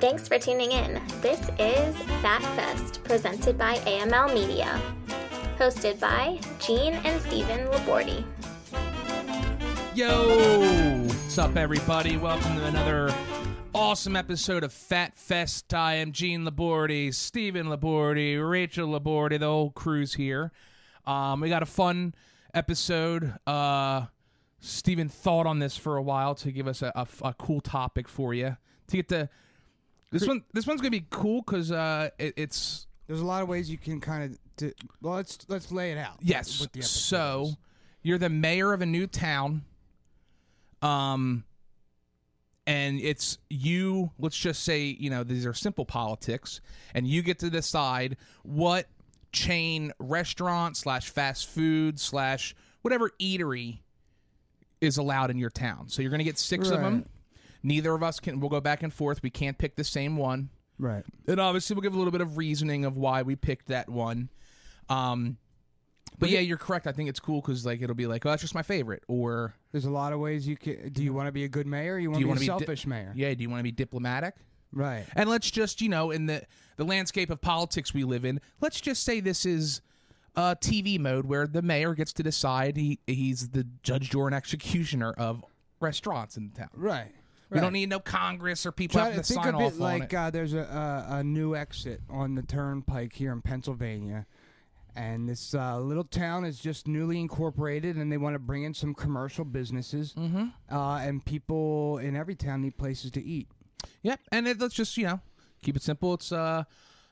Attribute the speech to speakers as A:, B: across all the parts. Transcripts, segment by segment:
A: Thanks for tuning in. This is Fat Fest, presented by AML Media, hosted by Gene and Stephen Labordi.
B: Yo! What's up, everybody? Welcome to another awesome episode of Fat Fest. I am Gene Labordi, Stephen Labordi, Rachel Labordi, the whole crew's here. Um, we got a fun episode. Uh, Stephen thought on this for a while to give us a, a- a cool topic for you to get to. This one, this one's gonna be cool because uh, it, it's
C: There's a lot of ways you can kind of. Do, well, let's let's lay it out.
B: Yes.
C: what the episode
B: So
C: is.
B: you're the mayor of a new town. Um and it's you, let's just say, you know, these are simple politics, and you get to decide what chain restaurant slash fast food slash whatever eatery is allowed in your town. So you're gonna get six of them.
C: Right.
B: Neither of us can we'll go back and forth. We can't pick the same one.
C: right,
B: And obviously we'll give a little bit of reasoning of why we picked that one. Um but yeah, you're correct. I think it's cool because like it'll be like, oh, that's just my favorite, or
C: there's a lot of ways you can. Do you want to be a good mayor? Or you want
B: you
C: to
B: wanna
C: be
B: be
C: a
B: di-
C: selfish mayor?
B: yeah, do you want to be diplomatic?
C: Right.
B: And let's just you know, in the the landscape of politics we live in, let's just say this is uh, TV mode where the mayor gets to decide he he's the judge, juror, and executioner of restaurants in town.
C: Right.
B: We don't need no Congress or people
C: Try
B: having
C: to
B: to
C: think
B: sign
C: of
B: off
C: it
B: on
C: like
B: it.
C: Uh, there's a, a a new exit on the turnpike here in Pennsylvania, and this uh, little town is just newly incorporated, and they want to bring in some commercial businesses, mm-hmm. uh, and people in every town need places to eat.
B: Yep, and it, let's just you know keep it simple. It's uh,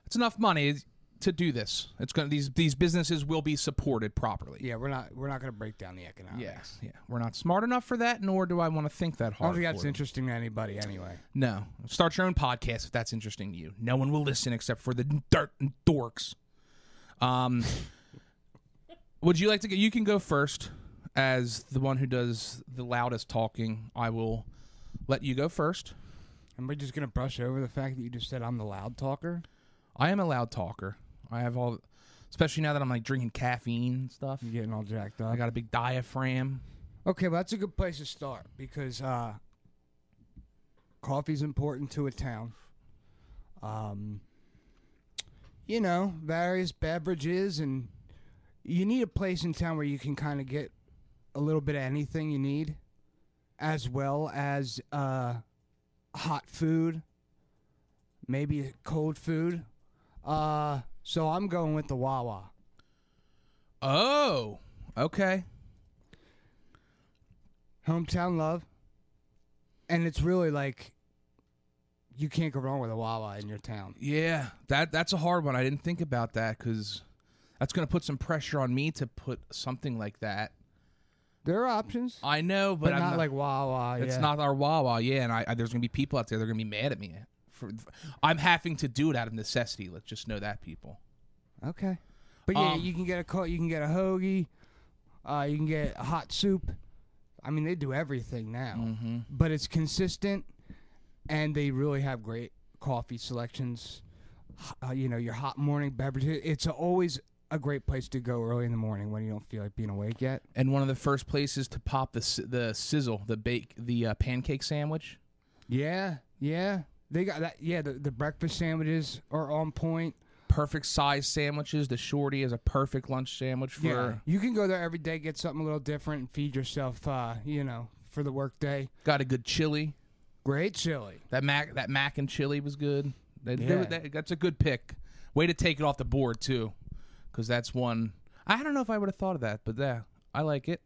B: it's enough money to do this. It's gonna these these businesses will be supported properly.
C: Yeah, we're not we're not going to break down the economics.
B: Yes, yeah. We're not smart enough for that, nor do I want to think that
C: I don't
B: hard.
C: think
B: for
C: that's
B: them.
C: interesting to anybody anyway.
B: No, start your own podcast if that's interesting to you. No one will listen except for the dirt and dorks. Um, would you like to go? You can go first, as the one who does the loudest talking. I will let you go first.
C: And we're just gonna brush over the fact that you just said I'm the loud talker.
B: I am a loud talker. I have all, especially now that I'm like drinking caffeine and stuff.
C: You're getting all jacked
B: I
C: up.
B: got a big diaphragm.
C: Okay, well that's a good place to start because uh, coffee's important to a town. Um, you know, various beverages, and you need a place in town where you can kind of get a little bit of anything you need, as well as uh, hot food, maybe cold food. Uh, so I'm going with the Wawa.
B: Oh, okay.
C: hometown love, and it's really like you can't go wrong with a Wawa in your town.
B: Yeah, that that's a hard one. I didn't think about that because that's going to put some pressure on me to put something like that.
C: There are options,
B: I know,
C: but,
B: Uh, but, I'm
C: not, like Wawa.
B: it's
C: yeah.
B: not our Wawa. Yeah, and I, I- there's going to be people out there that are going to be mad at me. For, I'm having to do it out of necessity. Let's just know that people.
C: okay. But yeah,
B: Um,
C: you can get a co- you can get a hoagie, uh, you can get a hot soup. I mean, they do everything now,
B: Mm-hmm.
C: but it's consistent, and they really have great coffee selections. H- Uh, you know, your hot morning beverage. It's always a great place to go early in the morning when you don't feel like being awake yet.
B: And one of the first places to pop the si- the sizzle, the bake, the uh, pancake sandwich.
C: Yeah, yeah. They got that. Yeah, the, the breakfast sandwiches are on point.
B: Perfect size sandwiches. The shorty is a perfect lunch sandwich for.
C: You can go there every day, get something a little different, and feed yourself, uh, you know, for the workday.
B: Got a good chili.
C: Great chili.
B: That mac that mac and chili was good. That,
C: Yeah.
B: that- that's a good pick. Way to take it off the board too, because that's one. I don't know if I would have thought of that, but yeah, I like it.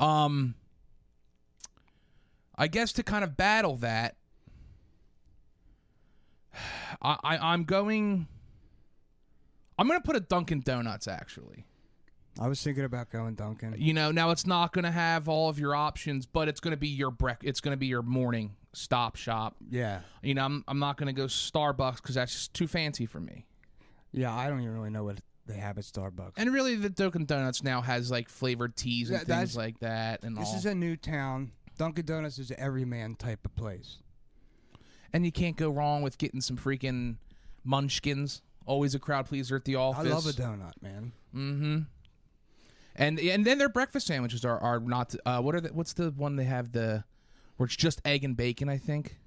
B: Um, I guess to kind of battle that, I, I I'm going. I'm gonna put a Dunkin' Donuts actually.
C: I was thinking about going Dunkin'.
B: You know, now it's not gonna have all of your options, but it's gonna be your break. It's gonna be your morning stop shop.
C: Yeah,
B: You know, I'm I'm not gonna go Starbucks because that's just too fancy for me.
C: yeah. I don't even really know what they have at Starbucks.
B: And really, the Dunkin' Donuts now has like flavored teas and
C: That-
B: things
C: that's-
B: like that, and
C: This
B: all.
C: is a new town. Dunkin' Donuts is an everyman type of place.
B: and you can't go wrong with getting some freaking munchkins. Always a crowd pleaser at the
C: I
B: office.
C: love a donut, man.
B: Mm-hmm. And and then their breakfast sandwiches are are not. Uh, what are the, what's the one they have the where it's just egg and bacon? I think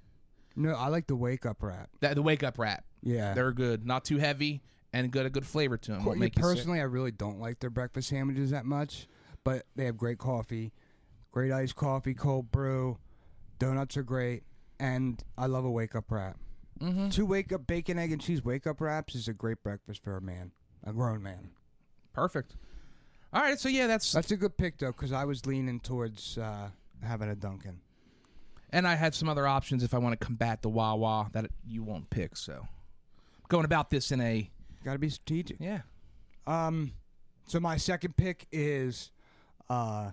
C: No, I like the wake up rap.
B: That the wake up wrap.
C: Yeah.
B: They're good, not too heavy, and got a good flavor to them.
C: Well,
B: Won't
C: yeah,
B: make you sick.
C: personally, I really don't like their breakfast sandwiches that much, but they have great coffee, great iced coffee, cold brew, donuts are great, and I love a wake up wrap. Mm-hmm. Two wake up bacon, egg, and cheese wake up wraps is a great breakfast for a man, a grown man.
B: perfect. All right, so yeah, that's
C: That's a good pick though, because I was leaning towards uh, having a Dunkin'.
B: and I had some other options if I want to combat the Wawa that you won't pick. So going about this in a
C: Got to be strategic.
B: yeah,
C: Um, so my second pick is, uh,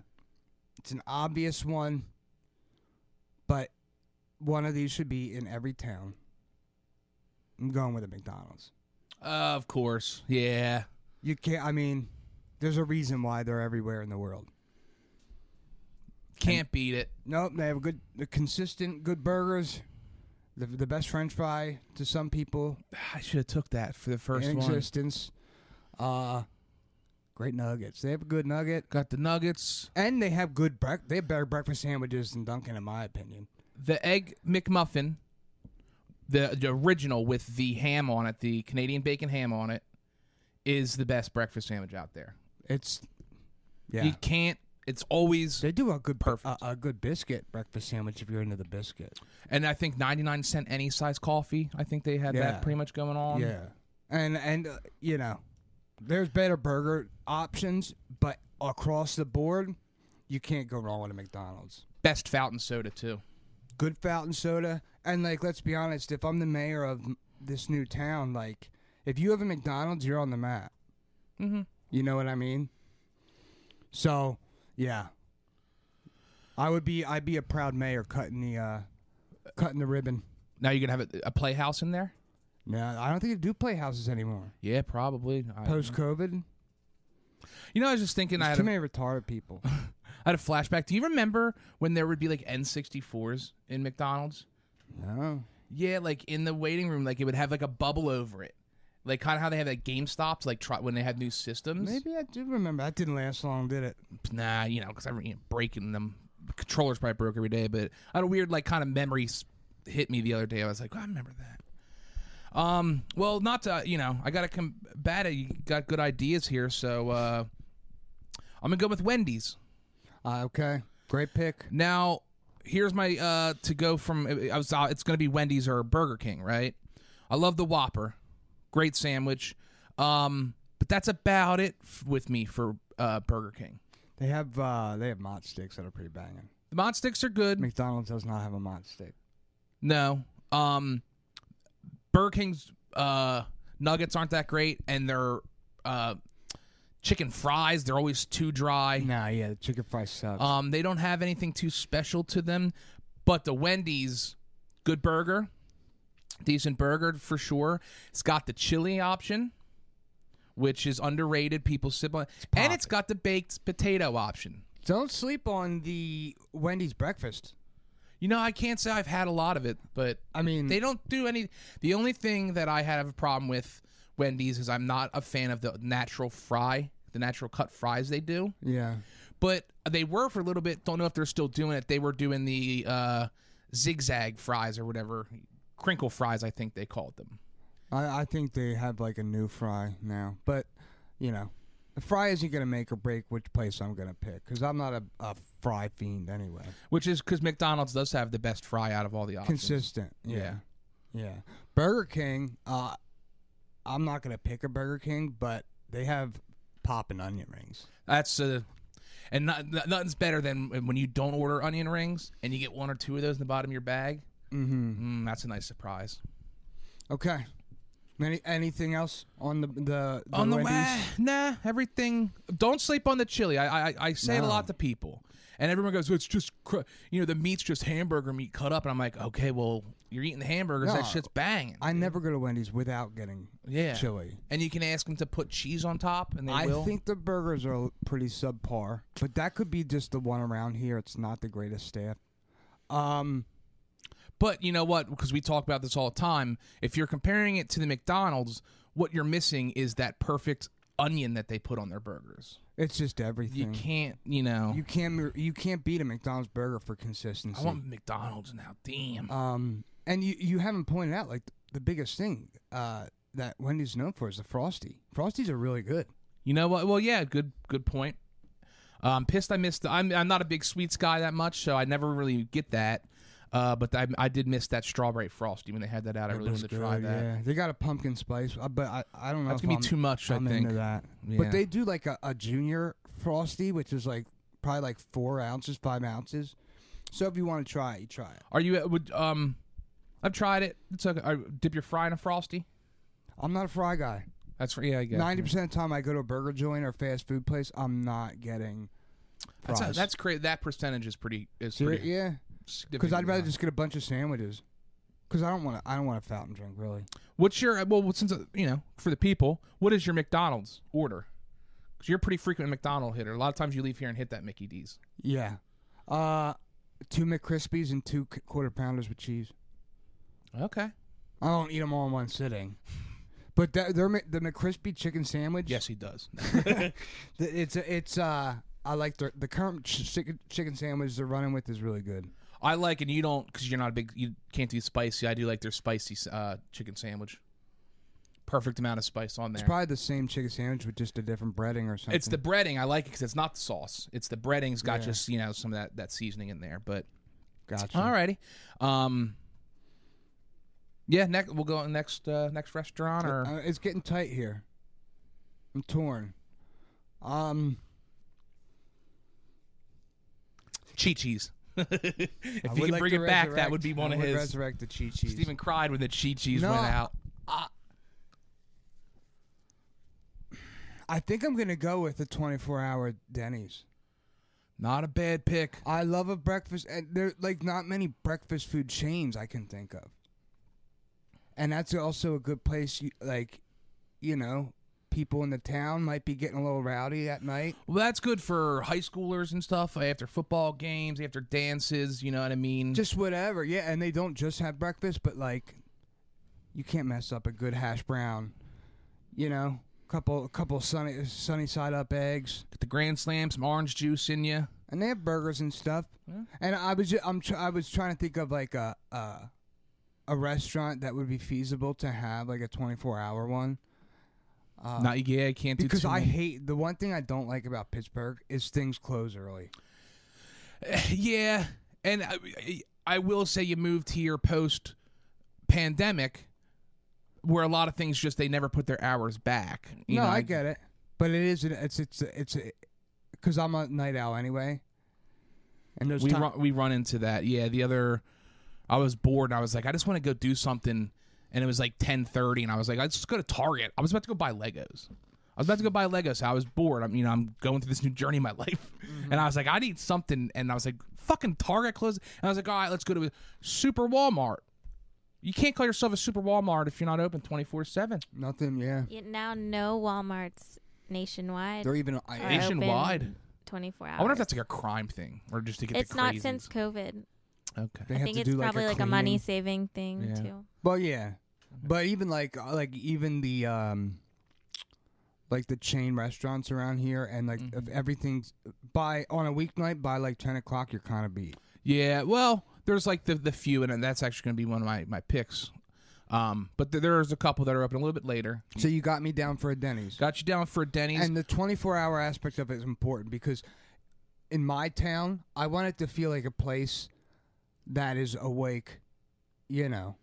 C: it's an obvious one, but one of these should be in every town. I'm going with a McDonald's.
B: of course, yeah,
C: You can't. I mean, there's a reason why they're everywhere in the world.
B: can't beat it.
C: Nope, they have good, the consistent, good burgers, the the best French fry to some people
B: I should have took that for the first
C: in
B: one.
C: existence. Uh, great nuggets. They have a good nugget.
B: Got the nuggets,
C: And they have good breakfast. They have better breakfast sandwiches than Dunkin', in my opinion.
B: the egg McMuffin, the, the original with the ham on it, the Canadian bacon ham on it, is the best breakfast sandwich out there.
C: It's yeah.
B: You can't. It's always
C: they do a good per-
B: Perfect.
C: a, a good biscuit breakfast sandwich if you're into the biscuit.
B: and I think 99 cent any size coffee. I think they had
C: Yeah.
B: that pretty much going on.
C: yeah, and and uh, you know, there's better burger options, but across the board, you can't go wrong with a McDonald's.
B: Best fountain soda too.
C: Good fountain soda, and like let's be honest, if I'm the mayor of m- this new town, like if you have a McDonald's, you're on the map.
B: Mm-hmm.
C: You know what I mean? So, yeah. I would be I'd be a proud mayor cutting the uh cutting the ribbon.
B: Now you're gonna have a, a playhouse in there.
C: No, I don't think they do playhouses anymore.
B: Yeah, probably. I-
C: Post COVID.
B: you know, I was just thinking. I had,
C: Too
B: a, I
C: many retarded people.
B: had a flashback. Do you remember when there would be like N64s in McDonald's?
C: no.
B: Yeah, like in the waiting room, like it would have like a bubble over it, like kind of how they have at GameStops, like try, when they have new systems.
C: Maybe I do remember. That didn't last long, did it?
B: Nah, you know, because I'm you know, breaking them. Controllers probably broke every day, but I had a weird like kind of memory s- hit me the other day. I was like, "Oh, I remember that. Um, well, not to you know, I gotta combat it. You got good ideas here, so uh, I'm gonna go with Wendy's.
C: Uh, okay. Great pick.
B: Now, here's my uh to go from I was uh, it's going to be Wendy's or Burger King, right? I love the Whopper. Great sandwich. Um but that's about it f- with me for uh Burger King.
C: They have uh they have mod sticks that are pretty banging.
B: The mod sticks are good.
C: McDonald's does not have a mod stick.
B: No. Um Burger King's uh nuggets aren't that great and their uh chicken fries, they're always too dry.
C: Nah, yeah, the chicken fry sucks.
B: Um, they don't have anything too special to them, but the Wendy's, good burger, decent burger for sure. It's got the chili option, which is underrated. People sip on, and it's got the baked potato option.
C: Don't sleep on the Wendy's breakfast.
B: You know, I can't say I've had a lot of it, but
C: I mean
B: they don't do any. The only thing that I have a problem with Wendy's is I'm not a fan of the natural fry, the natural cut fries they do.
C: Yeah.
B: but they were for a little bit. Don't know if they're still doing it. They were doing the uh, zigzag fries or whatever, crinkle fries, I think they called them.
C: I, I think they have like a new fry now, but you know, the fry isn't gonna make or break which place I'm gonna pick because I'm not a, a fry fiend anyway.
B: Which is because McDonald's does have the best fry out of all the options.
C: Consistent, yeah,
B: Yeah.
C: yeah. Burger King, uh, I'm not gonna pick a Burger King, but they have poppin' onion rings.
B: That's uh, and not, not- nothing's better than when you don't order onion rings and you get one or two of those in the bottom of your bag. Mm-hmm. Mm, that's a nice surprise.
C: Okay. Any anything else on the the, the
B: on the
C: Wendy's?
B: way, nah, everything. Don't sleep on the chili. I I, I say it a
C: No.
B: lot to people, and everyone goes, "It's just cr-. you know the meat's just hamburger meat cut up," and I'm like, "Okay, well you're eating hamburgers.
C: No,
B: that shit's banging."
C: I never go to Wendy's without getting
B: yeah,
C: chili.
B: And you can ask them to put cheese on top, and they
C: I
B: will.
C: think the burgers are pretty subpar, but that could be just the one around here. It's not the greatest staff. Um,
B: but you know what? Because we talk about this all the time. If you're comparing it to the McDonald's, what you're missing is that perfect onion that they put on their burgers.
C: it's just
B: You
C: everything.
B: can't, you know.
C: You can't you can't beat a McDonald's burger for consistency.
B: I want McDonald's now. Damn.
C: um, And you, you haven't pointed out like the biggest thing uh, that Wendy's known for is the frosty. Frosties are really good.
B: You know what? Well, yeah, good good point. Um, pissed I missed. I'm I'm not a big sweets guy that much, so I never really get that. Uh, but I, I did miss that strawberry frosty when they had that out. I really wanted to try that.
C: Yeah, they got a pumpkin spice, uh, but I, I don't know.
B: That's
C: if
B: gonna be
C: I'm-
B: too much, I
C: I'm
B: think.
C: into that.
B: Yeah.
C: But they do like a, a junior frosty, which is like probably like four ounces, five ounces. So if you want to try it, you try it.
B: Are you would um? I've tried it. It's okay. Uh, dip your fry in a frosty.
C: I'm not a fry guy.
B: That's yeah. I guess
C: Ninety percent of the time, I go to a burger joint or fast food place. I'm not getting fries.
B: That's a, that's cra- that percentage is pretty is
C: Ser-
B: pretty uh,
C: yeah.
B: significant.
C: Because I'd rather just get a bunch of sandwiches. Because I don't want to. I don't want a fountain drink really.
B: What's your well since uh, you know for the people, what is your McDonald's order? Because you're a pretty frequent McDonald hitter. A lot of times you leave here and hit that Mickey D's.
C: Yeah. Uh, two McCrispies and two c- quarter pounders with cheese.
B: Okay.
C: I don't eat them all in one sitting. But that, they're, Mc- the McCrispy chicken sandwich.
B: Yes, he does.
C: th- It's it's uh. I like the the current ch- chicken chicken sandwich they're running with is really good.
B: I like and you don't because you're not a big you can't do spicy. I do like their spicy uh, chicken sandwich. Perfect amount of spice on there.
C: It's probably the same chicken sandwich with just a different breading or something.
B: It's the breading I like it because it's not the sauce. It's the breading's got
C: Yeah.
B: just you know some of that that seasoning in there. But
C: gotcha.
B: alrighty, um, yeah. Next we'll go on next uh, next restaurant or
C: Uh, it's getting tight here. I'm torn. Um,
B: Chi Chi's. if
C: I
B: you
C: would
B: can
C: like
B: bring
C: to
B: it back, that
C: resurrect-
B: would be one
C: I
B: of
C: would
B: his.
C: Resurrect the cheat cheese.
B: Steven cried when the Chi Chi's
C: No.
B: went out.
C: I think I'm gonna go with the 24-hour Denny's.
B: Not a bad pick.
C: I love a breakfast, and there like not many breakfast food chains I can think of. And that's also a good place, you, like, you know, people in the town might be getting a little rowdy at night.
B: Well, that's good for high schoolers and stuff eh, after football games, after dances. You know what I mean?
C: Just whatever, yeah. And they don't just have breakfast, but like, you can't mess up a good hash brown. You know, couple couple sunny sunny side up eggs.
B: Get the grand slam, some orange juice in you.
C: and they have burgers and stuff. And I was ju- I'm tr- I was trying to think of like a, a a restaurant that would be feasible to have like a 24 hour one
B: Not yeah, Uh, I can't do
C: because
B: too
C: I
B: many.
C: hate the one thing I don't like about Pittsburgh is things close early.
B: Yeah, and I, I will say you moved here post pandemic, where a lot of things just they never put their hours back. You
C: no,
B: know,
C: I get it, but it is an- it's it's it's because I'm a night owl anyway. And there's
B: we
C: ti-
B: run we run into that. Yeah, the other I was bored and I was like, I just want to go do something and it was like ten thirty and I was like, I just go to Target. I was about to go buy Legos. I was about to go buy Legos. I was bored. I'm you know, I'm going through this new journey in my life.
D: Mm-hmm.
B: And I was like, I need something and I was like, fucking Target closed and I was like, all right, let's go to a super Walmart. You can't call yourself a super Walmart if you're not open twenty four seven.
C: nothing. Yeah,
D: You now know Walmart's nationwide
C: they're even. I,
D: Are
C: I-
B: Nationwide.
D: open 24 hours.
B: I wonder if that's like a crime thing or just to get
D: It's
B: the
D: not
B: crazies.
D: since COVID.
B: Okay.
C: they
D: I
C: have
D: think
C: to
D: it's
C: do
D: probably
C: like
D: like a money
C: cleaning.
D: saving thing
B: Yeah.
D: too.
C: Well, yeah, but even like uh, like even the um like the chain restaurants around here, and like
B: Mm-hmm.
C: if everything's by on a weeknight by like ten o'clock, you're kind of beat.
B: Yeah, well, there's like the the few, and that's actually going to be one of my my picks. Um, but th- there's a couple that are open a little bit later.
C: So you got me down for a Denny's,
B: Got you down for Denny's.
C: and the twenty four hour aspect of it is important because in my town, I want it to feel like a place that is awake, you know,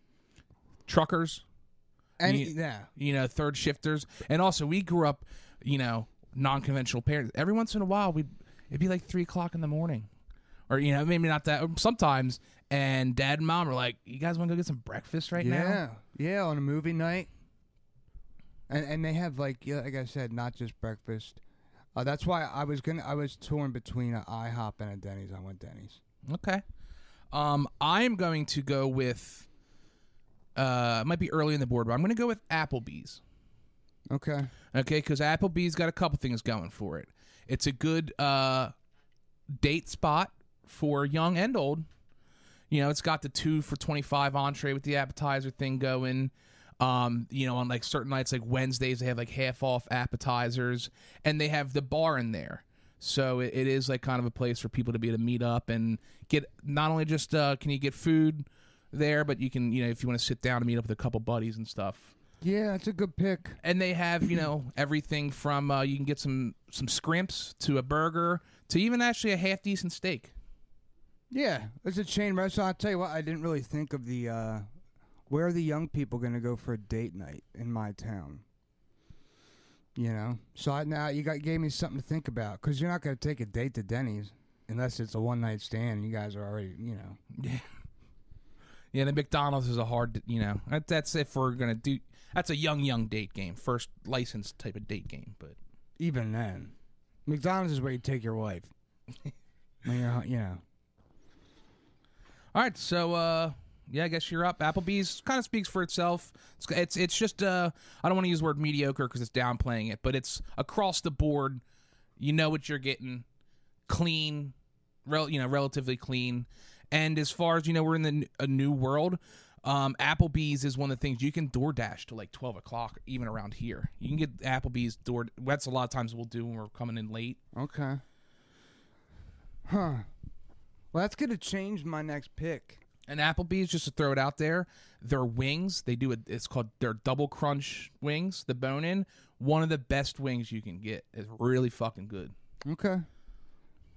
B: truckers,
C: and
B: Ye-
C: yeah.
B: you know, third shifters, and also we grew up, you know, non-conventional parents. Every once in a while, we would it'd be like three o'clock in the morning, or you know, maybe not that. Sometimes, and dad and mom are like, "You guys want to go get some breakfast right now?"
C: Yeah, yeah, on a movie night. And and they have like yeah, like I said, not just breakfast. Uh, that's why I was gonna I was torn between an IHOP and a Denny's. I went Denny's.
B: Okay. Um, I'm going to go with. Uh, it might be early in the board, but I'm going to go with Applebee's.
C: Okay.
B: Okay, because Applebee's got a couple things going for it. It's a good uh, date spot for young and old. You know, it's got the two for twenty five entree with the appetizer thing going. Um, you know, on like certain nights, like Wednesdays, they have like half off appetizers, and they have the bar in there. So it, it is like kind of a place for people to be able to meet up and get not only just uh, can you get food, there, but you can you know if you want to sit down and meet up with a couple buddies and stuff.
C: Yeah, that's a good pick.
B: And they have you know everything from uh, you can get some some scrimps to a burger to even actually a half decent steak.
C: Yeah, it's a chain restaurant. I'll tell you what, I didn't really think of the uh, where are the young people going to go for a date night in my town. You know, so I, now you got gave me something to think about because you're not going to take a date to Denny's unless it's a one night stand. You guys are already, you know,
B: Yeah. Yeah, the McDonald's is a hard, you know. That, that's if we're gonna do. That's a young, young date game, first licensed type of date game. But
C: even then, McDonald's is where you take your wife. when you're, hu- you know,
B: all right, so uh, yeah, I guess you're up. Applebee's kind of speaks for itself. It's it's, it's just uh, I don't want to use the word mediocre because it's downplaying it, but it's across the board. You know what you're getting, clean, rel- you know, relatively clean. And as far as you know, we're in the, n- a new world. Um, Applebee's is one of the things you can DoorDash to like twelve o'clock, even around here. You can get Applebee's door. That's a lot of times we'll do when we're coming in late.
C: okay, huh? Well, that's going to change my next pick.
B: And Applebee's, just to throw it out there, their wings, they do it. It's called their double crunch wings, the bone in. One of the best wings you can get. It's really fucking good.
C: Okay.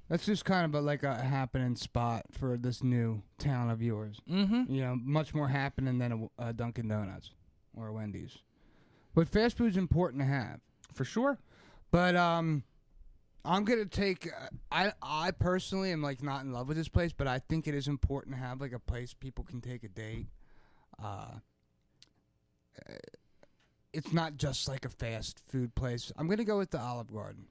C: That's just kind of a, like a happening spot for this new town of yours.
B: Mm-hmm.
C: You know, much more happening than a, a Dunkin' Donuts or a Wendy's. But fast food's important to have.
B: For sure.
C: But um, I'm gonna take. uh, I I personally am like not in love with this place, but I think it is important to have like a place people can take a date. Uh, uh, it's not just like a fast food place. I'm gonna go with the Olive Garden.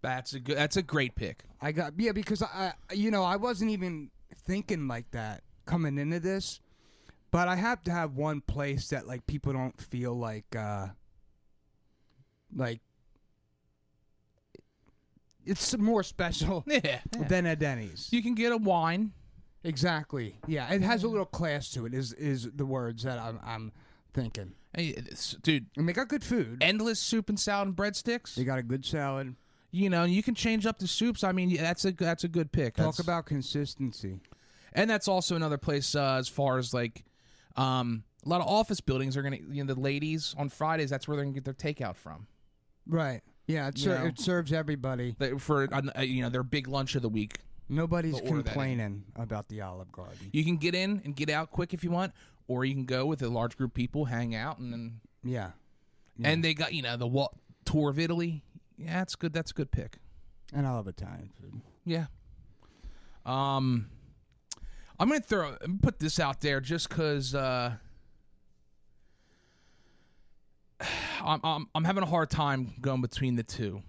B: That's a good. That's a great pick.
C: I got yeah because I I- you know I wasn't even thinking like that coming into this, but I have to have one place that like people don't feel like uh like it's more special
B: Yeah.
C: than a Denny's.
B: You can get a wine.
C: Exactly. Yeah, it has a little class to it. Is is the words that I'm I'm thinking.
B: Hey, it's- dude,
C: And they got good food.
B: endless soup and salad and breadsticks.
C: They got a good salad.
B: You know, and you can change up the soups. I mean, yeah, that's a that's a good pick.
C: Talk
B: That's-
C: about consistency.
B: and that's also another place uh, as far as like um, a lot of office buildings are gonna. You know, the ladies on Fridays, that's where they're gonna get their takeout from.
C: Right. Yeah, it,
B: You
C: ser-
B: know.
C: it serves everybody.
B: that- for uh, you know their big lunch of the week.
C: Nobody's
B: But order that in.
C: complaining about the Olive Garden.
B: You can get in and get out quick if you want, or you can go with a large group of people, hang out, and then,
C: Yeah.
B: and they got you know the wa- tour of Italy. Yeah, that's good. That's a good pick.
C: And I love Italian food.
B: Yeah. Um, I'm gonna throw put this out there just because uh, I'm, I'm I'm having a hard time going between the two,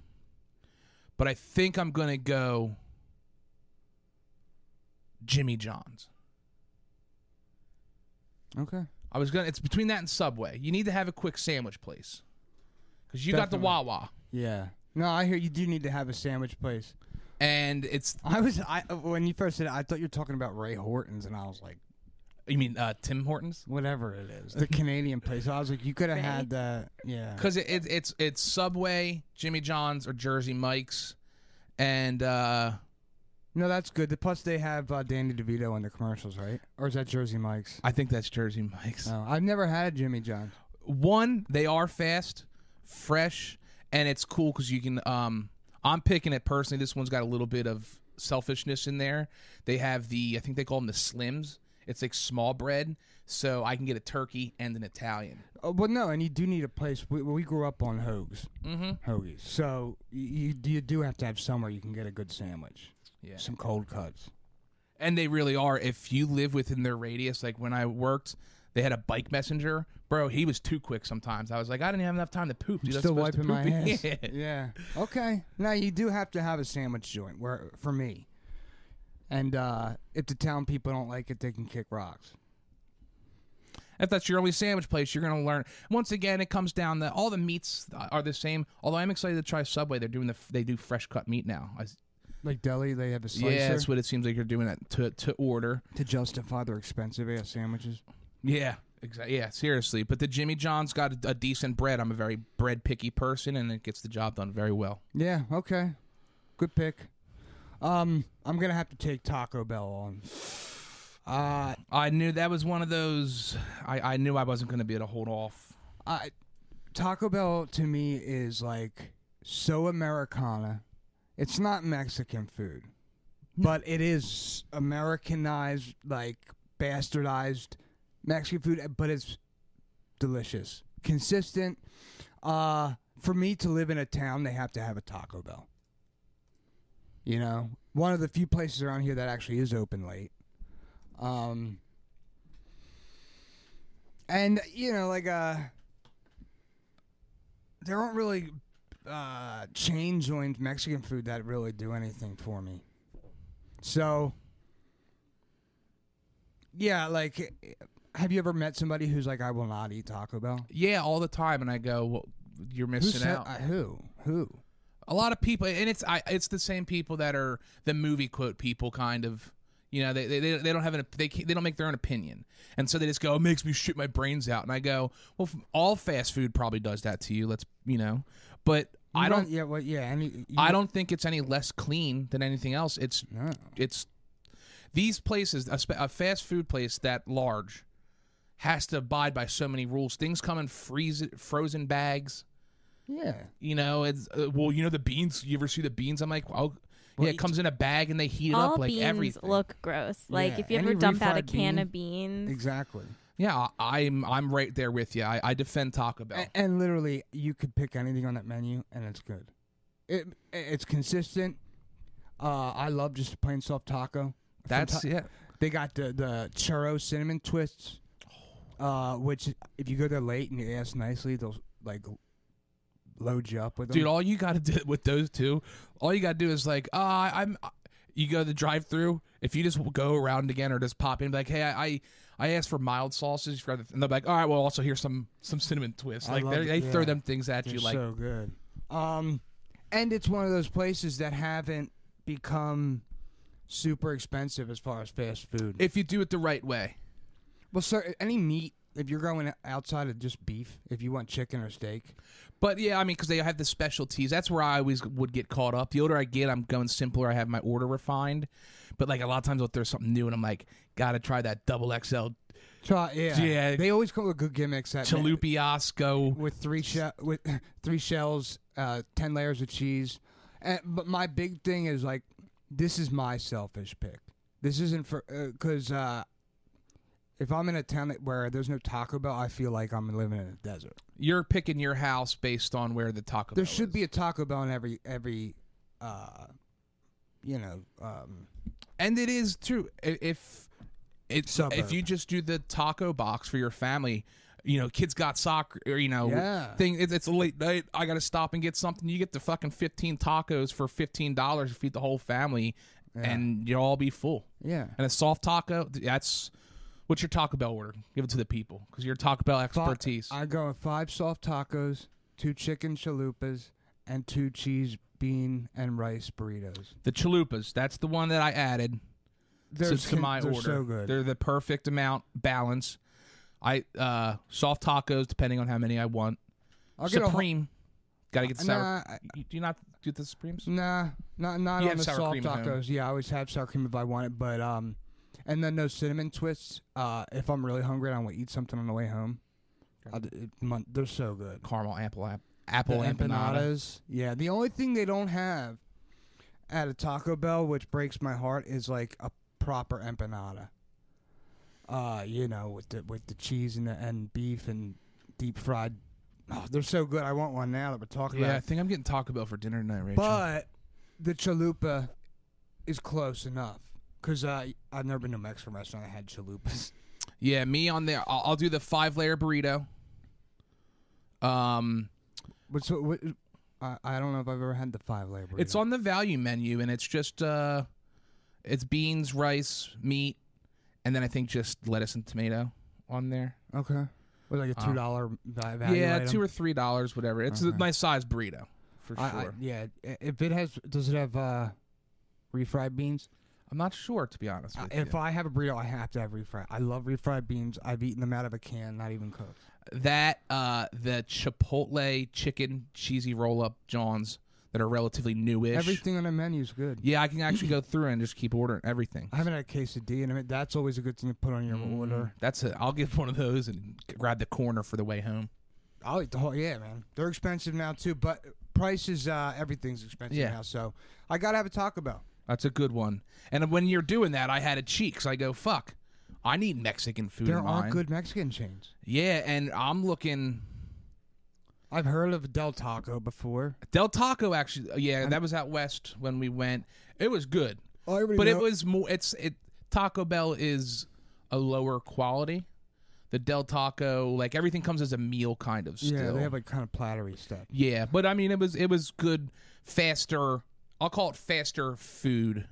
B: but I think I'm gonna go Jimmy John's.
C: Okay.
B: I was gonna. It's between that and Subway. You need to have a quick sandwich place because you
C: Definitely.
B: got the Wawa,
C: Yeah. No, I hear you do need to have a sandwich place.
B: and it's.
C: I was I uh, when you first said it, I thought you were talking about Ray Hortons and I was like,
B: You mean uh, Tim Hortons?
C: whatever it is. The Canadian place. I was like, you could have
D: Ray.
C: had that yeah.
B: Because it, it, it's it's Subway, Jimmy John's, or Jersey Mike's, and uh,
C: No, that's good. Plus they have uh, Danny DeVito in the commercials, right? Or is that Jersey Mike's?
B: I think that's Jersey Mike's.
C: No. I've never had Jimmy John.
B: One, they are fast, fresh, and it's cool because you can. Um, I'm picking it personally. This one's got a little bit of selfishness in there. They have the I think they call them the Slims. It's like small bread, so I can get a turkey and an Italian.
C: Oh, well, no, and you do need a place. We, we grew up on Hoags,
B: Mm-hmm.
C: Hoagies, so you, you do have to have somewhere you can get a good sandwich.
B: Yeah.
C: some cold cuts.
B: and they really are. If you live within their radius, like when I worked, they had a bike messenger, bro. He was too quick sometimes. I was like, I didn't have enough time to poop. Dude, I'm
C: Still
B: supposed to
C: wiping my
B: poop.
C: ass.
B: Yeah.
C: Yeah. Okay. Now you do have to have a sandwich joint where for me. And uh, if the town people don't like it, they can kick rocks.
B: If that's your only sandwich place, you're gonna learn. Once again, it comes down that all the meats are the same. Although I'm excited to try Subway. They're doing the they do fresh cut meat now. I,
C: Like Delhi, they have a slicer
B: yeah, that's what it seems like you're doing that to to order.
C: to justify their expensive ass sandwiches.
B: Yeah. Exactly. Yeah, seriously. But the Jimmy John's got a, a decent bread. I'm a very bread picky person, and it gets the job done very well.
C: Yeah. Okay. Good pick. Um, I'm gonna have to take Taco Bell on. Uh,
B: I knew that was one of those. I, I knew I wasn't going to be able to hold off.
C: I, Taco Bell to me is like so Americana. It's not Mexican food, but it is Americanized, like bastardized Mexican food, but it's delicious, consistent. Uh, for me to live in a town, they have to have a Taco Bell. You know, one of the few places around here that actually is open late. Um, and you know, like uh, there aren't really uh chain joined Mexican food that really do anything for me. So, yeah, like, have you ever met somebody who's like, I will not eat Taco Bell?
B: Yeah, all the time, and I go, well, "You're
C: Who
B: missing
C: said-
B: out."
C: uh, who? Who?
B: a lot of people, and it's I, it's the same people that are the movie quote people, kind of. You know, they they, they don't have an op- they can't, they don't make their own opinion, and so they just go, "It makes me shit my brains out." And I go, "Well, f- all fast food probably does that to you." Let's you know, but I
C: You
B: don't.
C: Yeah. Well. Yeah. Any. You,
B: I don't think it's any less clean than anything else. It's
C: No.
B: it's these places, a, sp- a fast food place that large, has to abide by so many rules. Things come in freeze frozen bags.
C: Yeah.
B: You know, it's uh, well, you know the beans. You ever see the beans? I'm like, oh, yeah, it comes in a bag and they heat it
D: All
B: up like
D: beans
B: everything.
D: look gross. Like
C: Yeah,
D: if you ever
C: any
D: dump out a
C: refried
D: can
C: bean-
D: of
B: Mm.
D: beans,
C: Exactly.
B: yeah, I, am I'm right there with you. I, I defend Taco
D: Eh,
B: Bell.
C: And, and literally, you could pick anything on that menu, and it's good. It it's consistent. Uh, I love just plain soft taco. From
B: That's
C: Ta-
B: it.
C: They got the the churro cinnamon twists, uh, which if you go there late and you ask nicely, they'll like load you up with them.
B: Dude, all you got to do with those two, all you got to do is like, ah, I'm. You go to the drive-through. If you just go around again or just pop in, be like, hey, I, I, I asked for mild sausage, and they're like, all right, well, also here's some some cinnamon twists.
C: I
B: Like
C: love
B: they
C: it,
B: they throw
C: yeah.
B: them things at
C: They're
B: you, like
C: so good. Um, and it's one of those places that haven't become super expensive as far as fast food.
B: if you do it the right way.
C: well, sir, any meat if you're going outside of just beef, if you want chicken or steak,
B: But yeah, I mean, because they have the specialties. That's where I always would get caught up. The older I get, I'm going simpler. I have my order refined. But like a lot of times, if there's something new, and I'm like, gotta try that double XL
C: try yeah,
B: Yeah.
C: They always come with good gimmicks that
B: chalupiasco.
C: with three shell with three shells, uh, ten layers of cheese. And, but my big thing is like, this is my selfish pick. This isn't for because uh, if I'm in a town that- where there's no Taco Bell, I feel like I'm living in a desert.
B: You're picking your house based on where the Taco
C: There
B: Bell
C: should
B: is.
C: be a Taco Bell in every every, uh, you know, um,
B: and it is true. I- If it's
C: Suburb.
B: if you just do the taco box for your family, you know, kids got soccer, or, you know,
C: Yeah.
B: thing. It's, it's a late night. I got to stop and get something. You get the fucking fifteen tacos for fifteen dollars to feed the whole family, and you'll all be full.
C: yeah.
B: And a soft taco. That's what's your Taco Bell order? Give it to the people because your Taco Bell
C: Fi-
B: expertise.
C: I go with five soft tacos, two chicken chalupas, and two cheese bean and rice burritos.
B: the chalupas. That's the one that I added.
C: They're,
B: to, to
C: skin-
B: my
C: they're
B: order.
C: so good.
B: They're the perfect amount balance. I uh soft tacos depending on how many I want.
C: I'll get a whole-
B: Supreme. Gotta get the sour.
C: Nah, I- Mm.
B: You- do you not do the Supremes?
C: nah, not not
B: You
C: on
B: have
C: the
B: sour
C: soft
B: cream at home.
C: tacos. Yeah, I always have sour cream if I want it, but um, and then those cinnamon twists. Uh, if I'm really hungry and I want to eat something on the way home, I'll d- it- mon- they're so good.
B: Caramel apple app,
C: The
B: apple empanada.
C: empanadas. Yeah, the only thing they don't have at a Taco Bell, which breaks my heart, is like a proper empanada. Uh, you know, with the with the cheese and the, and beef and deep fried. Oh, they're so good. I want one now that we're talking
B: Yeah, I
C: about.
B: think I'm getting Taco Bell for dinner tonight, Rachel.
C: But the chalupa is close enough because uh, I've never been to a Mexican restaurant that had chalupas.
B: yeah, me on there. I'll, I'll do the five layer burrito. Um,
C: But so what, I, I don't know if I've ever had the five layer. burrito.
B: It's on the value menu, and it's just uh, it's beans, rice, meat, and then I think just lettuce and tomato on there.
C: okay. Was like a
B: Uh,
C: two dollar value
B: yeah,
C: item?
B: two or three dollars, whatever. It's a
C: Okay.
B: nice size burrito for
C: I, I,
B: sure. I,
C: yeah, i- if it has, does it have uh, refried beans? Uh,
B: am not sure to be honest. With
C: if
B: you.
C: I have a burrito, I have to have refried. I love refried beans. I've eaten them out of a can, not even cooked.
B: that uh, the Chipotle chicken cheesy roll up Johns that are relatively newish.
C: Everything on the menu is good.
B: Yeah, I can actually go through and just keep ordering everything. Mm.
C: I haven't had a quesadilla, and I mean, that's always a good thing to put on your order.
B: That's it. I'll get one of those and grab the corner for the way home.
C: I'll eat Oh, the whole. Yeah, man. They're expensive now too, but prices, uh, everything's expensive
B: Yeah.
C: now. So I gotta have a Taco Bell.
B: That's a good one. And when you're doing that, I had a cheeks. I go, fuck. I need Mexican food.
C: There
B: in
C: aren't
B: mine."
C: good Mexican chains.
B: Yeah, and I'm looking
C: I've heard of Del Taco before.
B: Del Taco. Actually, uh, yeah, that was out west when we went. It was good,
C: Oh, I already
B: but it
C: know-
B: was more. It's it. Taco Bell is a lower quality. The Del Taco, like everything comes as a meal, kind of. Still.
C: Yeah, they have like kind of plattery stuff.
B: Yeah, but I mean, it was it was good, faster. I'll call it faster food.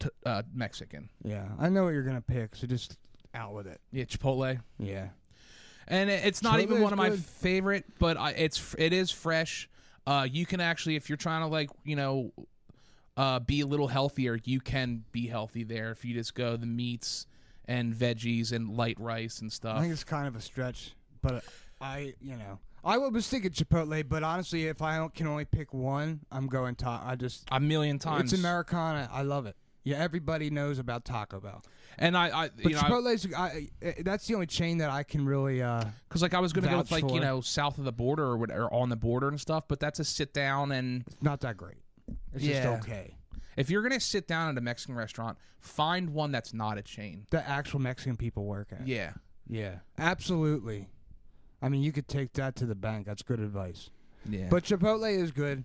B: T- uh, Mexican,
C: Yeah, I know what you're gonna pick, so just out with it.
B: yeah, Chipotle,
C: Yeah,
B: and it, it's not
C: Chipotle
B: even
C: is
B: one of my
C: good.
B: favorite, but I, it's f- it is fresh. Uh, you can actually, if you're trying to like you know, uh, be a little healthier, you can be healthy there if you just go the meats and veggies and light rice and
C: I
B: stuff.
C: think it's kind of a stretch, but I, you know, I was thinking Chipotle, but honestly, if I don't- can only pick one, I'm going to. I just
B: A million times,
C: it's Americana. I love it. Yeah, everybody knows about Taco Bell,
B: and I, I
C: but
B: you know, I-
C: Chipotle's. I, I, that's the only chain that I can really. uh
B: Because like I was gonna go with
C: vouch
B: like you
C: for.
B: know south of the border or, whatever, or on the border and stuff, but that's a sit down and
C: It's not that great. It's
B: Yeah.
C: just okay.
B: if you're gonna sit down at a Mexican restaurant, find one that's not a chain.
C: The actual Mexican people work at.
B: Yeah,
C: Yeah, absolutely. I mean, you could take that to the bank. That's good advice.
B: yeah. But
C: But Chipotle is good.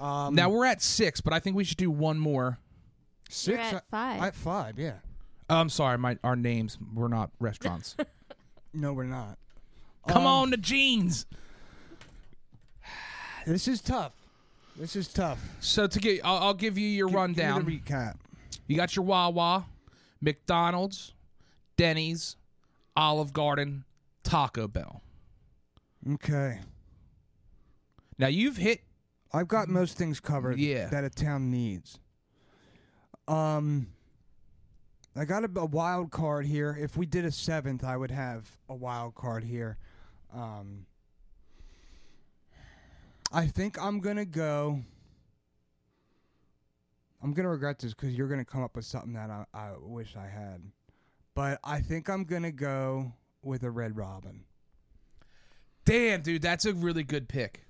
C: Um,
B: now we're at six, but I think we should do one more.
C: six
D: You're at five.
C: I, at five, yeah.
B: Oh, I'm sorry, my our names were not restaurants. Um,
C: No, we're not.
B: Come
C: Um,
B: on, the jeans.
C: This is tough. This is tough.
B: So to get, I'll, I'll give you your rundown.
C: Give me the recap.
B: you got your Wawa, McDonald's, Denny's, Olive Garden, Taco Bell.
C: Okay,
B: Now you've hit
C: I've got most things covered.
B: Mm-hmm. Yeah.
C: that a town needs. Um, I got a, a wild card here. If we did a seventh, I would have a wild card here. Um, I think I'm gonna go. I'm gonna regret this because you're gonna come up with something that I, I wish I had, but I think I'm gonna go with a Red Robin.
B: damn, dude. That's a really good pick.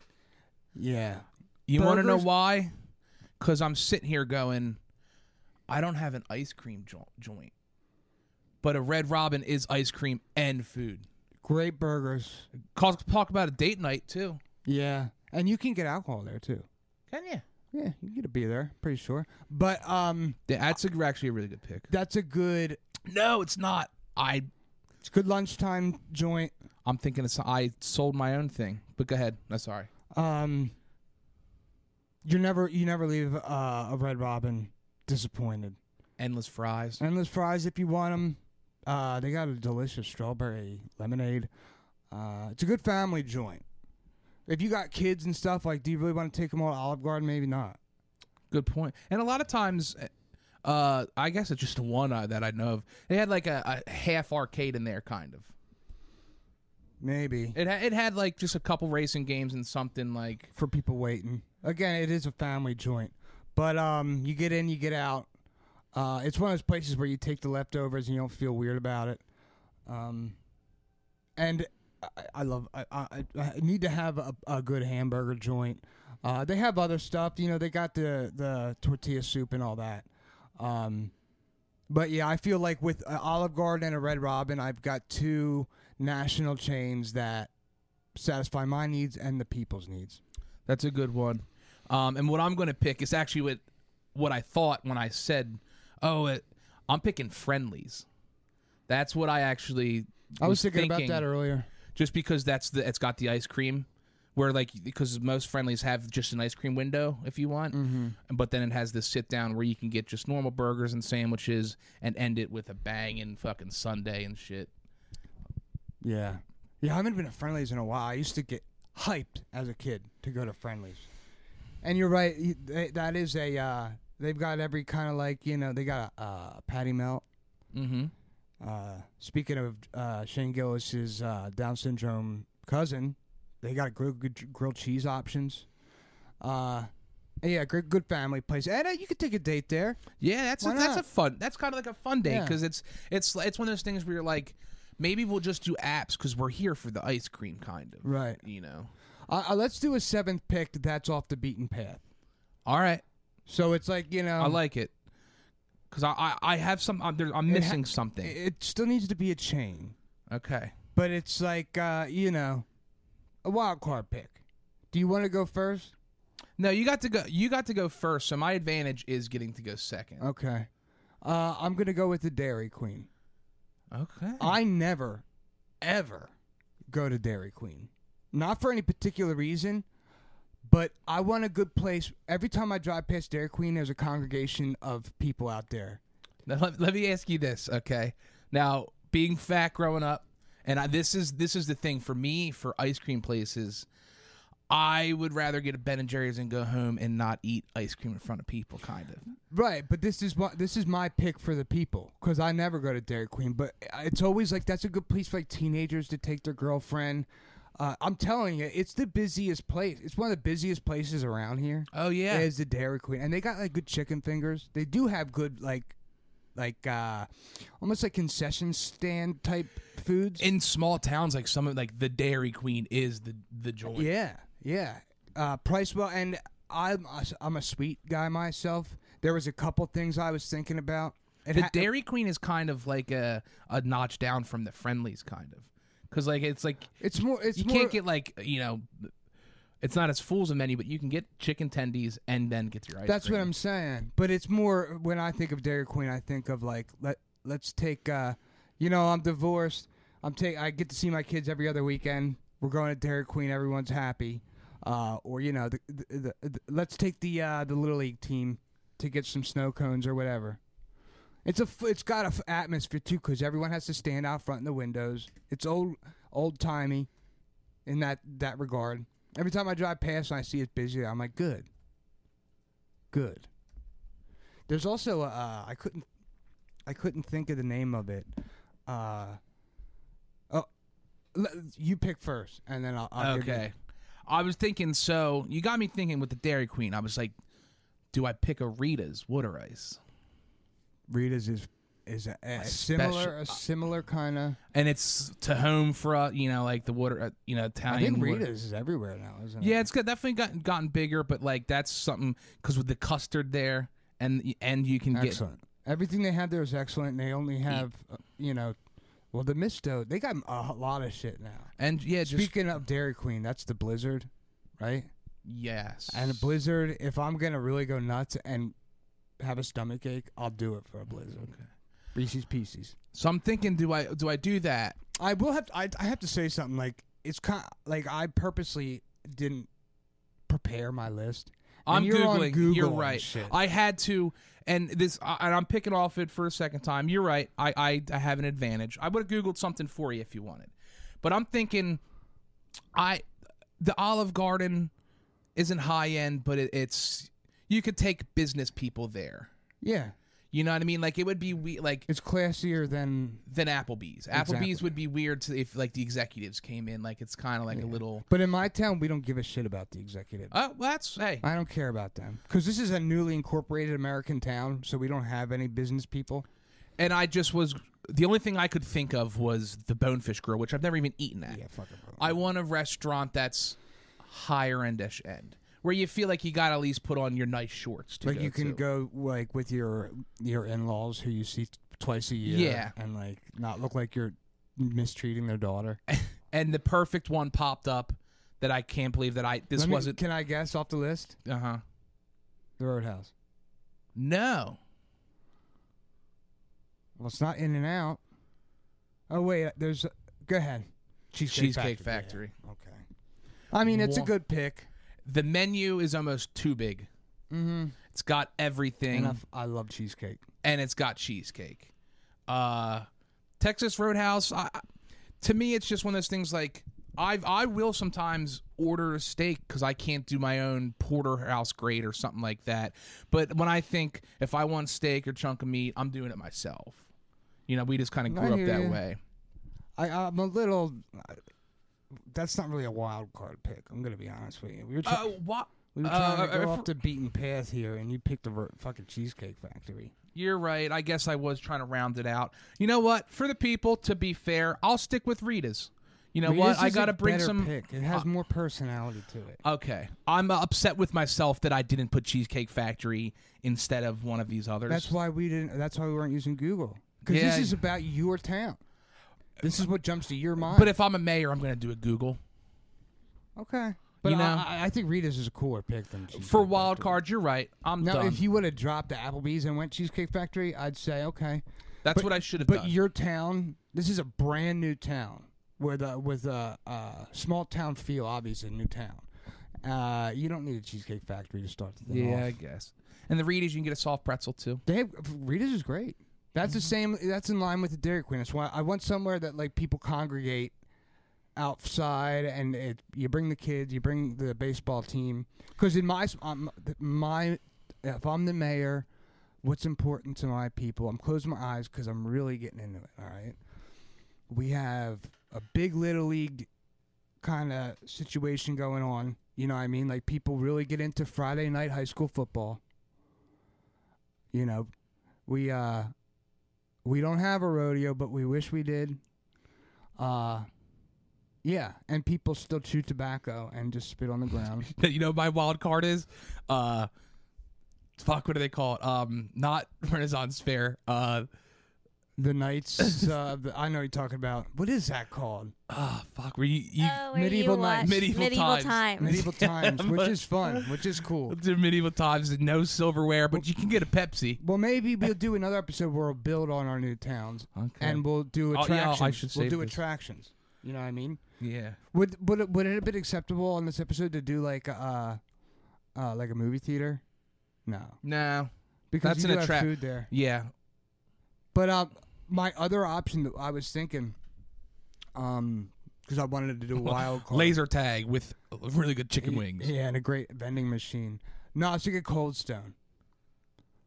C: Yeah,
B: You want to know
C: Burgers-
B: why? Because I'm sitting here going, I don't have an ice cream jo- joint, but a Red Robin is ice cream and food.
C: great burgers.
B: Call, talk about a date night too.
C: Yeah, and you can get alcohol there too.
B: Can you?
C: Yeah, you can get a beer there, pretty sure. But um,
B: That's a, actually a really good pick.
C: that's a good,
B: No, it's not. I
C: it's a good lunchtime joint.
B: I'm thinking it's I sold my own thing, but go ahead. I'm sorry.
C: Um, you never, you never leave uh, a Red Robin disappointed.
B: Endless fries.
C: Endless fries if you want them. Uh, they got a delicious strawberry lemonade. Uh, it's a good family joint. If you got kids and stuff, like, do you really want to take them all to Olive Garden? Maybe not.
B: Good point. And a lot of times, uh, I guess it's just one uh, that I know of. They had like a, a half arcade in there, kind of.
C: Maybe
B: It ha- it had like just a couple racing games and something like
C: for people waiting. Again, it is a family joint, but um, you get in, you get out. Uh, it's one of those places where you take the leftovers and you don't feel weird about it. Um, and I, I love. I, I, I need to have a, a good hamburger joint. Uh, they have other stuff, you know. They got the the tortilla soup and all that. Um, but yeah, I feel like with uh, Olive Garden and a Red Robin, I've got two national chains that satisfy my needs and the people's needs.
B: that's a good one. Um, and what I'm going to pick is actually what what I thought when I said, "Oh, it, I'm picking friendlies." That's what I actually
C: I was thinking, about that earlier.
B: just because that's the it's got the ice cream where like because most friendlies have just an ice cream window if you want
C: Mm-hmm.
B: but then it has this sit down where you can get just normal burgers and sandwiches and end it with a bang and fucking sunday and shit
C: Yeah. Yeah, I haven't been to friendlies in a while. I used to get hyped as a kid to go to friendlies. And you're right. you- they- That is a, uh, they've got every kind of like, you know, they got a uh, patty melt.
B: mm-hmm
C: Uh, speaking of uh, Shane Gillis's uh, Down syndrome cousin, they got grilled, grilled cheese options. Uh, yeah, good, good family place. And uh, you could take a date there.
B: Yeah, that's a,
C: Why
B: that's
C: not?
B: a fun. That's kind of like a fun day
C: Yeah.
B: because it's it's it's one of those things where you're like, maybe we'll just do apps because we're here for the ice cream, kind of.
C: Right.
B: You know.
C: Uh, uh, let's do a seventh pick that's off the beaten path.
B: All right,
C: So it's like you know,
B: I like it because I, I I have some. I'm, there, I'm
C: It ha-
B: missing
C: it,
B: something.
C: it still needs to be a chain,
B: okay.
C: but it's like uh, you know, a wild card pick. Do you want to go first?
B: No, you got to go. You got to go first. So my advantage is getting to go second.
C: Okay, uh, I'm gonna go with the Dairy Queen.
B: Okay.
C: I never, ever go to Dairy Queen. Not for any particular reason, but I want a good place. Every time I drive past Dairy Queen, there's a congregation of people out there.
B: Now, let, let me ask you this, okay? Now, being fat growing up, and I, this is this is the thing for me for ice cream places. I would rather get a Ben and Jerry's and go home and not eat ice cream in front of people, kind of.
C: Right, but this is what this is my pick for the people because I never go to Dairy Queen, but it's always like that's a good place for like teenagers to take their girlfriend. Uh, I'm telling you, it's the busiest place. It's one of the busiest places around here.
B: Oh yeah,
C: is the Dairy Queen, and they got like good chicken fingers. They do have good like, like uh almost like concession stand type foods.
B: in small towns like some of like the Dairy Queen is the the joint.
C: yeah, yeah. Uh, Price well, and I'm a, I'm a sweet guy myself. There was a couple things I was thinking about. It
B: The
C: ha-
B: Dairy Queen is kind of like a a notch down from the Friendlies, kind of, because like it's like
C: It's more. It's
B: you
C: more,
B: can't get like you know. It's not as fools a many, but you can get chicken tendies and then get your ice
C: That's
B: cream.
C: what I'm saying. But it's more when I think of Dairy Queen, I think of like let let's take uh you know, I'm divorced. I'm take I get to see my kids every other weekend. We're going to Dairy Queen, everyone's happy. Uh or you know, the, the, the, the- let's take the uh the little league team to get some snow cones or whatever. It's a f- it's got a f- atmosphere too cuz everyone has to stand out front in the windows. It's old old timey in that that regard. Every time I drive past and I see it's busy, I'm like, good good. There's also a, uh, I couldn't I couldn't think of the name of it. Uh, oh, l- you pick first, and then I'll, I'll give you-
B: Okay. I was thinking, so you got me thinking with the Dairy Queen. I was like, do I pick a Rita's water ice?
C: Rita's is is a,
B: special- uh,
C: a, similar a similar kind of.
B: And it's to home for, uh, you know, like the water, uh, you know,
C: I
B: Italian.
C: think
B: water-
C: Rita's is everywhere now, isn't it?
B: Yeah, it's got, definitely gotten, gotten bigger, but like that's something because with the custard there and and you can get.
C: excellent. Everything they had there is excellent. and They only have uh, you know, well the Misto. They got a lot of shit now.
B: And yeah, just.
C: Speaking of Dairy Queen, that's the Blizzard, right?
B: yes.
C: And a blizzard, if I'm gonna really go nuts and have a stomach ache, I'll do it for a blizzard.
B: Okay.
C: Reese's Pieces.
B: So I'm thinking, do I do I do that?
C: I will have. To, I I have to say something like it's kind like I purposely didn't prepare my list. And
B: I'm
C: you're on
B: googling.
C: Google
B: you're
C: and
B: right.
C: shit.
B: I had to, and this, I- and I'm picking off it for a second time. You're right. I, I, I have an advantage. I would have googled something for you if you wanted, but I'm thinking, I, the Olive Garden, isn't high end, but it, it's you could take business people there.
C: yeah,
B: You know what I mean? Like it would be we like
C: it's classier than.
B: than Applebee's.
C: Exactly.
B: Applebee's would be weird to, if like the executives came in. Like it's kind of like a little.
C: But in my town, we don't give a shit about the executive.
B: Oh, well, that's hey.
C: I don't care about them because this is a newly incorporated American town, so we don't have any business people.
B: and I just was the only thing I could think of was the Bonefish Grill, which I've never even eaten at.
C: Yeah, fuck it, bro.
B: I want a restaurant that's higher endish end, where you feel like you got to at least put on your nice shorts. To
C: like
B: go
C: you can
B: to.
C: go like with your your in-laws who you see t- twice a year
B: Yeah.
C: and like not look like you're mistreating their daughter
B: and the perfect one popped up that I can't believe that I this
C: Let me-
B: wasn't.
C: can i guess off the list
B: Uh huh.
C: the roadhouse
B: No,
C: well it's not in and out oh wait there's go ahead cheesecake,
B: Cheesecake
C: Factory,
B: Factory.
C: yeah. okay i mean it's a
B: Wha-
C: good pick
B: The menu is almost too big.
C: mm-hmm.
B: It's got everything,
C: and I, f- I love cheesecake
B: and it's got cheesecake. Uh, Texas Roadhouse. I, I- to me, it's just one of those things. Like I, I will sometimes order a steak because I can't do my own porterhouse grade or something like that. But when I think if I want steak or chunk of meat, I'm doing it myself. You know, we just kind of
C: I
B: grew up
C: hear
B: that
C: ya.
B: way.
C: I, i'm a little that's not really a wild card pick i'm gonna be honest with you we were try-
B: Oh, what?
C: We were
B: Uh,
C: trying to
B: uh,
C: go
B: if-
C: off the beaten path here, and you picked the ver- fucking Cheesecake Factory.
B: You're right. I guess I was trying to round it out. You know what? For the people, to be fair, I'll stick with Rita's. You know
C: Rita's
B: what? I
C: is a
B: gotta bring
C: better
B: some.
C: Pick. It has more personality to it.
B: Okay, I'm uh, upset with myself that I didn't put Cheesecake Factory instead of one of these others.
C: That's why we didn't. That's why we weren't using Google. Because
B: Yeah.
C: this is about your town. This is what jumps to your mind.
B: but if I'm a mayor, I'm gonna do a Google.
C: okay, but
B: You know-
C: I, I- I think Rita's is a cooler pick than Cheesecake
B: For wild
C: Factory.
B: card, you're right. I'm
C: Now,
B: done.
C: if you would have dropped the Applebee's and went Cheesecake Factory, I'd say okay.
B: That's
C: but-
B: what I should have
C: But
B: done.
C: your town, this is a brand new town with a with a, uh small town feel. Obviously, new town. Uh, you don't need a Cheesecake Factory to start the thing
B: yeah, I
C: off.
B: guess. And the Reedy's, you can get a soft pretzel too.
C: They have, Rita's is great. That's the same. That's in line with the Dairy Queen. That's why I want somewhere that like people congregate outside, and it, you bring the kids, you bring the baseball team. Because in my s- um, th- my if I'm the mayor, what's important to my people? I'm closing my eyes because I'm really getting into it. All right, we have a big little league kind of situation going on. You know what I mean? Like people really get into Friday night high school football. You know, we uh we don't have a rodeo, but we wish we did. Uh yeah, and people still chew tobacco and just spit on the ground.
B: you know my wild card is uh fuck what do they call it um not renaissance fair uh
C: The knights uh the, I know you're talking about. What is that called?
B: ah fuck where you, you
C: Uh,
D: Oh, where
C: medieval
D: you
C: knights.
D: watch
B: Medieval times.
D: times.
C: Medieval times, which is fun, which is cool.
B: do medieval times and no silverware
C: oh.
B: but you can get a pepsi
C: Well, maybe we'll do another episode where we'll build on our new towns,
B: Okay.
C: and we'll do
B: Oh, yeah, I
C: attractions.
B: should
C: we'll
B: save
C: do
B: this.
C: attractions. You know what I mean?
B: yeah
C: Would would it, would it have been acceptable on this episode to do like uh, uh like a movie theater? No,
B: no
C: because
B: That's
C: you
B: an
C: do
B: attract-
C: have food there.
B: yeah
C: But um, my other option that I was thinking, um, because I wanted to do a wild card.
B: laser tag with really good chicken wings
C: Yeah, and a great vending machine. No, I was thinking Cold Stone.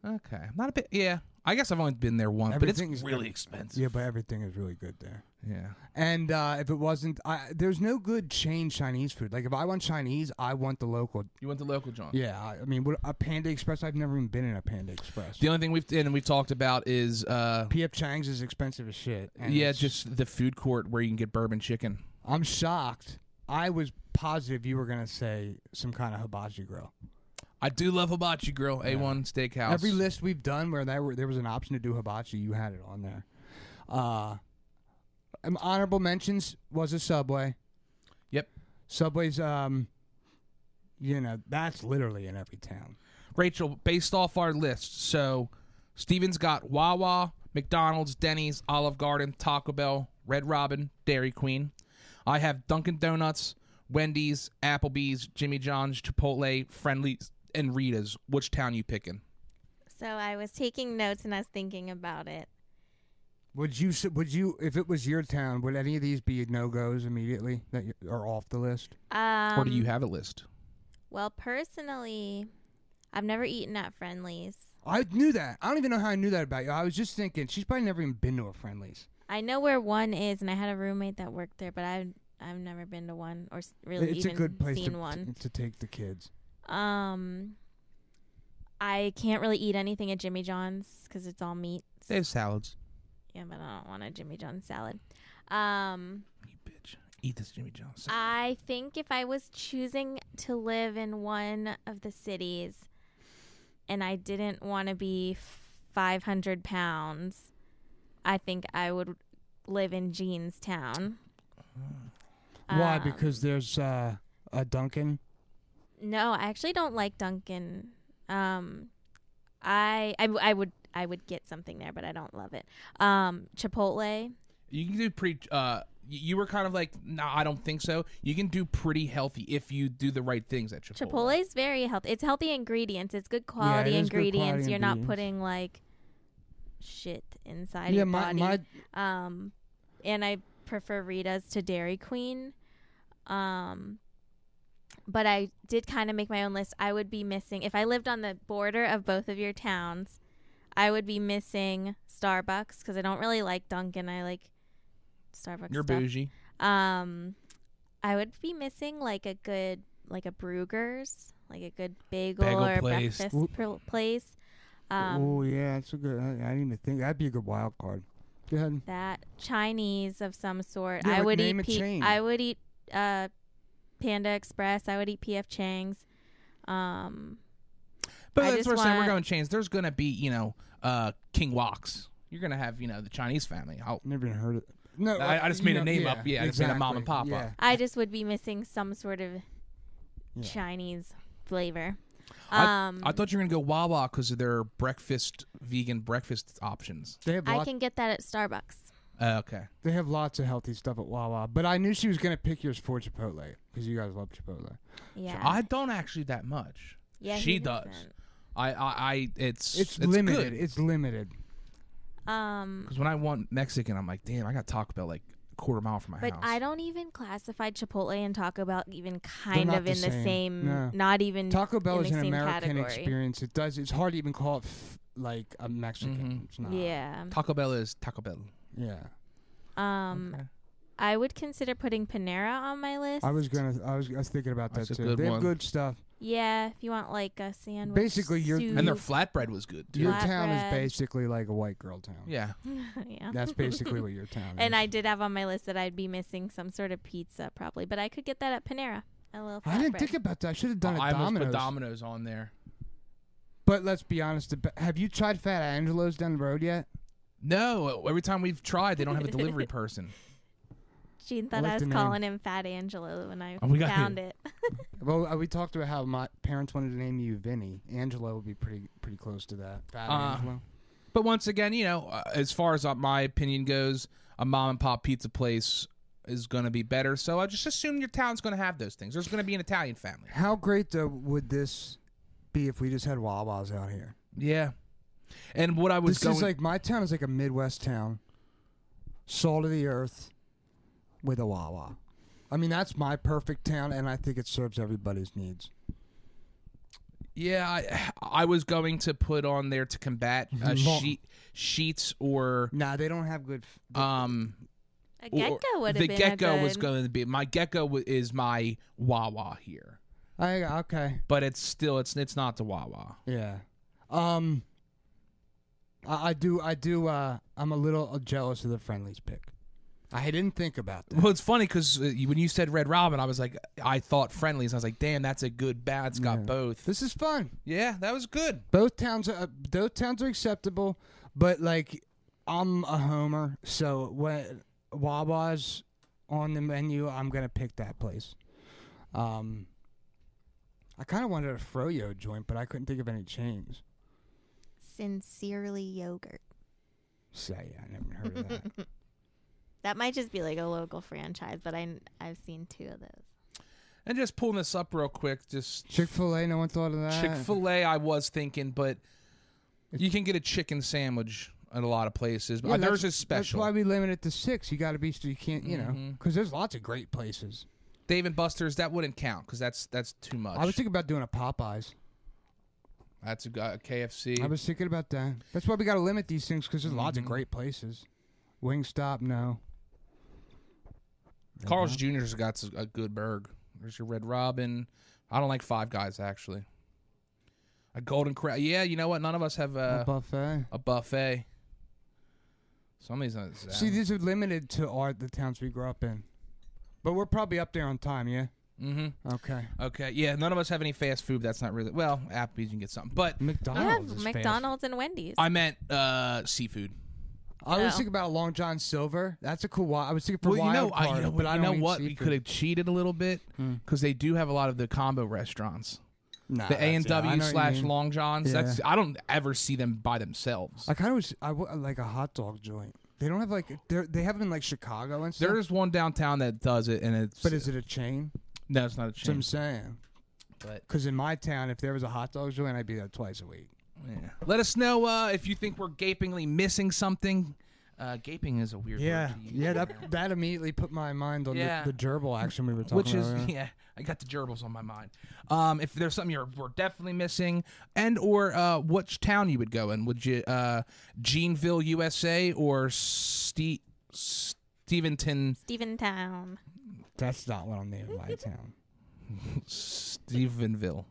B: okay I'm not a bit yeah i guess i've only been there once but
C: Everything's
B: it's really
C: good.
B: expensive
C: Yeah, but everything is really good there.
B: yeah
C: And uh, if it wasn't, I, there's no good chain Chinese food. Like if I want Chinese, I want the local.
B: you went to local john
C: Yeah, I, I mean, what, a Panda Express. I've never even been in a Panda Express.
B: the only thing we've and we've talked about is uh
C: PF Chang's is expensive as shit. and
B: yeah
C: it's-
B: just the food court where you can get bourbon chicken
C: I'm shocked. I was positive you were gonna say some kind of hibachi grill.
B: i do love hibachi grill a1 steakhouse
C: Every list we've done where there were, there was an option to do hibachi, you had it on there. Uh, um, honorable mentions was a Subway.
B: Yep.
C: Subway's um, you know that's literally in every town.
B: Rachel, based off our list, so Steven's got Wawa, McDonald's, Denny's, Olive Garden, Taco Bell, Red Robin, Dairy Queen. I have Dunkin' Donuts, Wendy's, Applebee's, Jimmy John's, Chipotle, Friendly's, and Rita's. Which town you picking?
D: So I was taking notes and I was thinking about it.
C: Would you s- would you if it was your town? Would any of these be no goes immediately that you- are off the list?
D: Um,
B: or do you have a list?
D: Well, personally, I've never eaten at Friendly's.
C: I knew that. I don't even know how I knew that about you. I was just thinking she's probably never even been to a friendlies.
D: I know where one is, and I had a roommate that worked there, but I've I've never been to one or s- really
C: it's a
D: even
C: good place
D: seen
C: to,
D: one.
C: to take the kids.
D: Um, I can't really eat anything at Jimmy John's because it's all meat.
B: They have salads.
D: Yeah, but I don't want a Jimmy John's salad. Um,
B: You bitch. Eat this Jimmy John's.
D: I think if I was choosing to live in one of the cities and I didn't want to be 500 pounds, I think I would live in Jeanstown.
C: Why?
D: Um,
C: Because there's uh, a Duncan.
D: No, I actually don't like Dunkin'. Um, I, I w- I would I would get something there, but I don't love it. Um, Chipotle.
B: you can do pretty. Uh, y- you were kind of like, nah, I don't think so. You can do pretty healthy if you do the right things at Chipotle.
D: Chipotle is very healthy. It's healthy ingredients. It's good quality
C: is good quality
D: ingredients. You're not
C: ingredients.
D: putting like shit inside
C: yeah,
D: your
C: my,
D: body.
C: my
D: um, and I prefer Rita's to Dairy Queen. Um, but I did kind of make my own list. I would be missing if I lived on the border of both of your towns. I would be missing Starbucks because I don't really like Dunkin'. I like Starbucks.
B: You're
D: stuff.
B: bougie.
D: Um, I would be missing like a good like a Brugger's like a good bagel,
B: Bagel
D: or
B: place.
D: breakfast pl- place. Um,
C: oh yeah, that's a good. I, I didn't even think that'd be a good wild card. Go ahead.
D: that Chinese of some sort.
C: Yeah,
D: I
C: but
D: would
C: name a
D: eat. P-
C: chain.
D: I would eat uh, Panda Express. I would eat PF Chang's. Um,
B: But
D: I
B: that's
D: just
B: what we're saying. We're
D: want-
B: going chains. There's going to be, you know, uh, King Woks. You're going to have, you know, the Chinese family. I'll,
C: Never even heard of. No,
B: I- I just
C: you
B: made a name up. Yeah, I just made a mom and
C: exactly.
B: pop up.
C: Yeah.
D: I just would be missing some sort of
C: Yeah.
D: Chinese flavor.
B: I-
D: Um,
B: I thought you were going to go Wawa because of their breakfast, vegan breakfast options.
C: They have
D: I
C: lots.
D: can get that at Starbucks.
B: Uh, okay.
C: They have lots of healthy stuff at Wawa, but I knew she was gonna pick yours for Chipotle because you guys love Chipotle.
D: Yeah,
B: I don't actually that much.
D: yeah,
B: she
D: he
B: does.
D: doesn't.
B: I, I, I it's
C: It's, limited.
B: Because
C: It's limited.
D: Um,
B: when I want Mexican, I'm like, damn, I got Taco Bell like a quarter mile from my
D: but
B: house.
D: I don't even classify Chipotle and Taco Bell even kind
C: not
D: of
C: the
D: in the
C: same.
D: same.
C: No.
D: Not even
C: Taco Bell
D: in
C: is
D: the
C: an
D: same
C: American
D: category.
C: experience. It does. It's hard to even call it f- like a Mexican.
B: Mm-hmm.
C: It's not.
D: Yeah.
B: Taco Bell is Taco Bell.
C: Yeah.
D: Um,
B: Okay.
D: I would consider putting Panera on my list.
C: I was gonna. I was. I was thinking about that
B: That's a
C: too.
B: good
C: they have
B: one.
C: good stuff.
D: Yeah, if you want like a sandwich.
C: Basically, you're-
D: soup.
B: And their flatbread was good too.
C: Your
D: Flatbread.
C: town is basically like a white girl town.
B: Yeah.
D: yeah.
C: That's basically what your town is.
D: And I did have on my list that I'd be missing some sort of pizza probably, but I could get that at Panera. A little.
C: I didn't
D: flatbread.
C: think about that. I should have done it
B: I almost
C: Domino's.
B: put Domino's on there.
C: but let's be honest. the be- Have you tried Fat Angelo's down the road yet?
B: No, every time we've tried, they don't have a delivery person.
D: Gene
C: I
D: thought
C: like
D: I was
C: the name.
D: calling him Fat Angelo when I
B: Oh, we got
D: found it.
C: Well, uh, we talked about how my parents wanted to name you Vinny. Angelo would be pretty pretty close to that. Fat
B: Uh,
C: Angelo.
B: But once again, you know, uh, as far as uh, my opinion goes, a mom and pop pizza place is going to be better. So I just assume your town's going to have those things. There's going to be an Italian family.
C: How great though would this be if we just had Wawas out here?
B: Yeah. And what I was
C: This
B: going
C: is like my town is like a Midwest town, salt of the earth, with a Wawa. I mean, that's my perfect town, and I think it serves everybody's needs.
B: Yeah, I, I was going to put on there to combat uh,
C: Long.
B: sheet sheets or
C: Nah, they don't have good. F-
B: um
D: A
B: or-
D: gecko would have
B: the
D: been a
B: gecko
D: good.
B: was going to be my gecko w- is my Wawa here,
C: I okay,
B: but it's still it's it's not the Wawa.
C: yeah. Um, I, I do, I do. Uh, I'm a little jealous of the friendlies pick. I didn't think about that.
B: Well, it's funny because when you said Red Robin, I was like I thought friendlies. I was like, damn, that's a good balance. Got
C: Yeah.
B: both.
C: This is fun.
B: Yeah, that was good.
C: Both towns are uh, both towns are acceptable, but like I'm a homer, so when Wawa's on the menu, I'm gonna pick that place. Um, I kind of wanted a froyo joint, but I couldn't think of any chains.
D: Sincerely yogurt.
C: Say, I never heard of that.
D: That might just be like a local franchise, but I I've seen two of those.
B: And just pulling this up real quick, just
C: Chick Fil A, no one thought of that.
B: Chick Fil A. I was thinking, but you can get a chicken sandwich at a lot of places. But
C: Yeah,
B: Uh, theirs
C: that's-
B: is special.
C: That's why we limit it to six. You got to be, you can't, you know,
B: Mhm.
C: because there's lots of great places.
B: Dave and Buster's that wouldn't count because that's that's too much.
C: I was thinking about doing a Popeyes.
B: that's a, uh, gu- a KFC.
C: I was thinking about that. That's why we got to limit these things because there's lots of
B: Mhm.
C: great places. Wingstop, no.
B: Carl's Jr.'s got s- a good burg. There's your Red Robin. I don't like Five Guys actually. A Golden Crown. Yeah, you know what? None of us have uh,
C: A
B: a,
C: buffet.
B: a buffet. Somebody's not.
C: See, these are limited to our the towns we grew up in, but we're probably up there on time. Yeah.
B: hmm
C: Okay.
B: Okay. Yeah, none of us have any fast food. That's not really. Well, Applebee's you can get something, but
D: You
C: McDonald's.
D: have
C: is fast.
D: McDonald's and Wendy's.
B: I meant uh, seafood.
C: I was
D: Oh.
C: thinking about Long John Silver. That's a cool. Wi- I was thinking for
B: well, you
C: wild
B: know,
C: card,
B: I, you know,
C: but I
B: you
C: don't
B: know
C: eat
B: what? We
C: seafood. Hmm.
B: could have cheated a little bit because they do have a lot of the combo restaurants.
C: Nah,
B: the A and
C: Ah, that's it. I know
B: W
C: what you
B: slash
C: mean.
B: Long Johns.
C: Yeah.
B: That's I don't ever see them by themselves.
C: I kind of was. I w- like a hot dog joint. They don't have like. They're, they have them in like Chicago and stuff.
B: There is one downtown that does it, and it's
C: but is it a chain?
B: no, it's not a
C: That's what
B: chain.
C: I'm saying.
B: But
C: Because in my town, if there was a hot dog joint, I'd be there twice a week.
B: yeah. let us know uh, if you think we're gapingly missing something. Uh, gaping is a weird
C: Yeah,
B: word to use.
C: yeah. That that immediately put my mind on
B: Yeah.
C: the, the gerbil action we were talking
B: Which
C: about.
B: is
C: earlier.
B: yeah, I got the gerbils on my mind. Um, if there's something you're we're definitely missing, and or uh, which town you would go in? Would you uh, Jeanville, USA, or Ste- Steventon,
D: Steventown.
C: that's not what I'm naming my town.
B: Stevenville?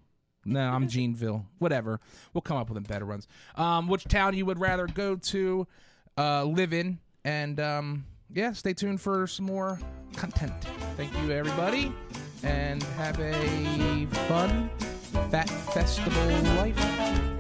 B: No, I'm Jeanville. Whatever. We'll come up with better ones. Um, which town you would rather go to, uh, live in, and um, yeah, stay tuned for some more content. Thank you, everybody, and have a fun, fat festival life.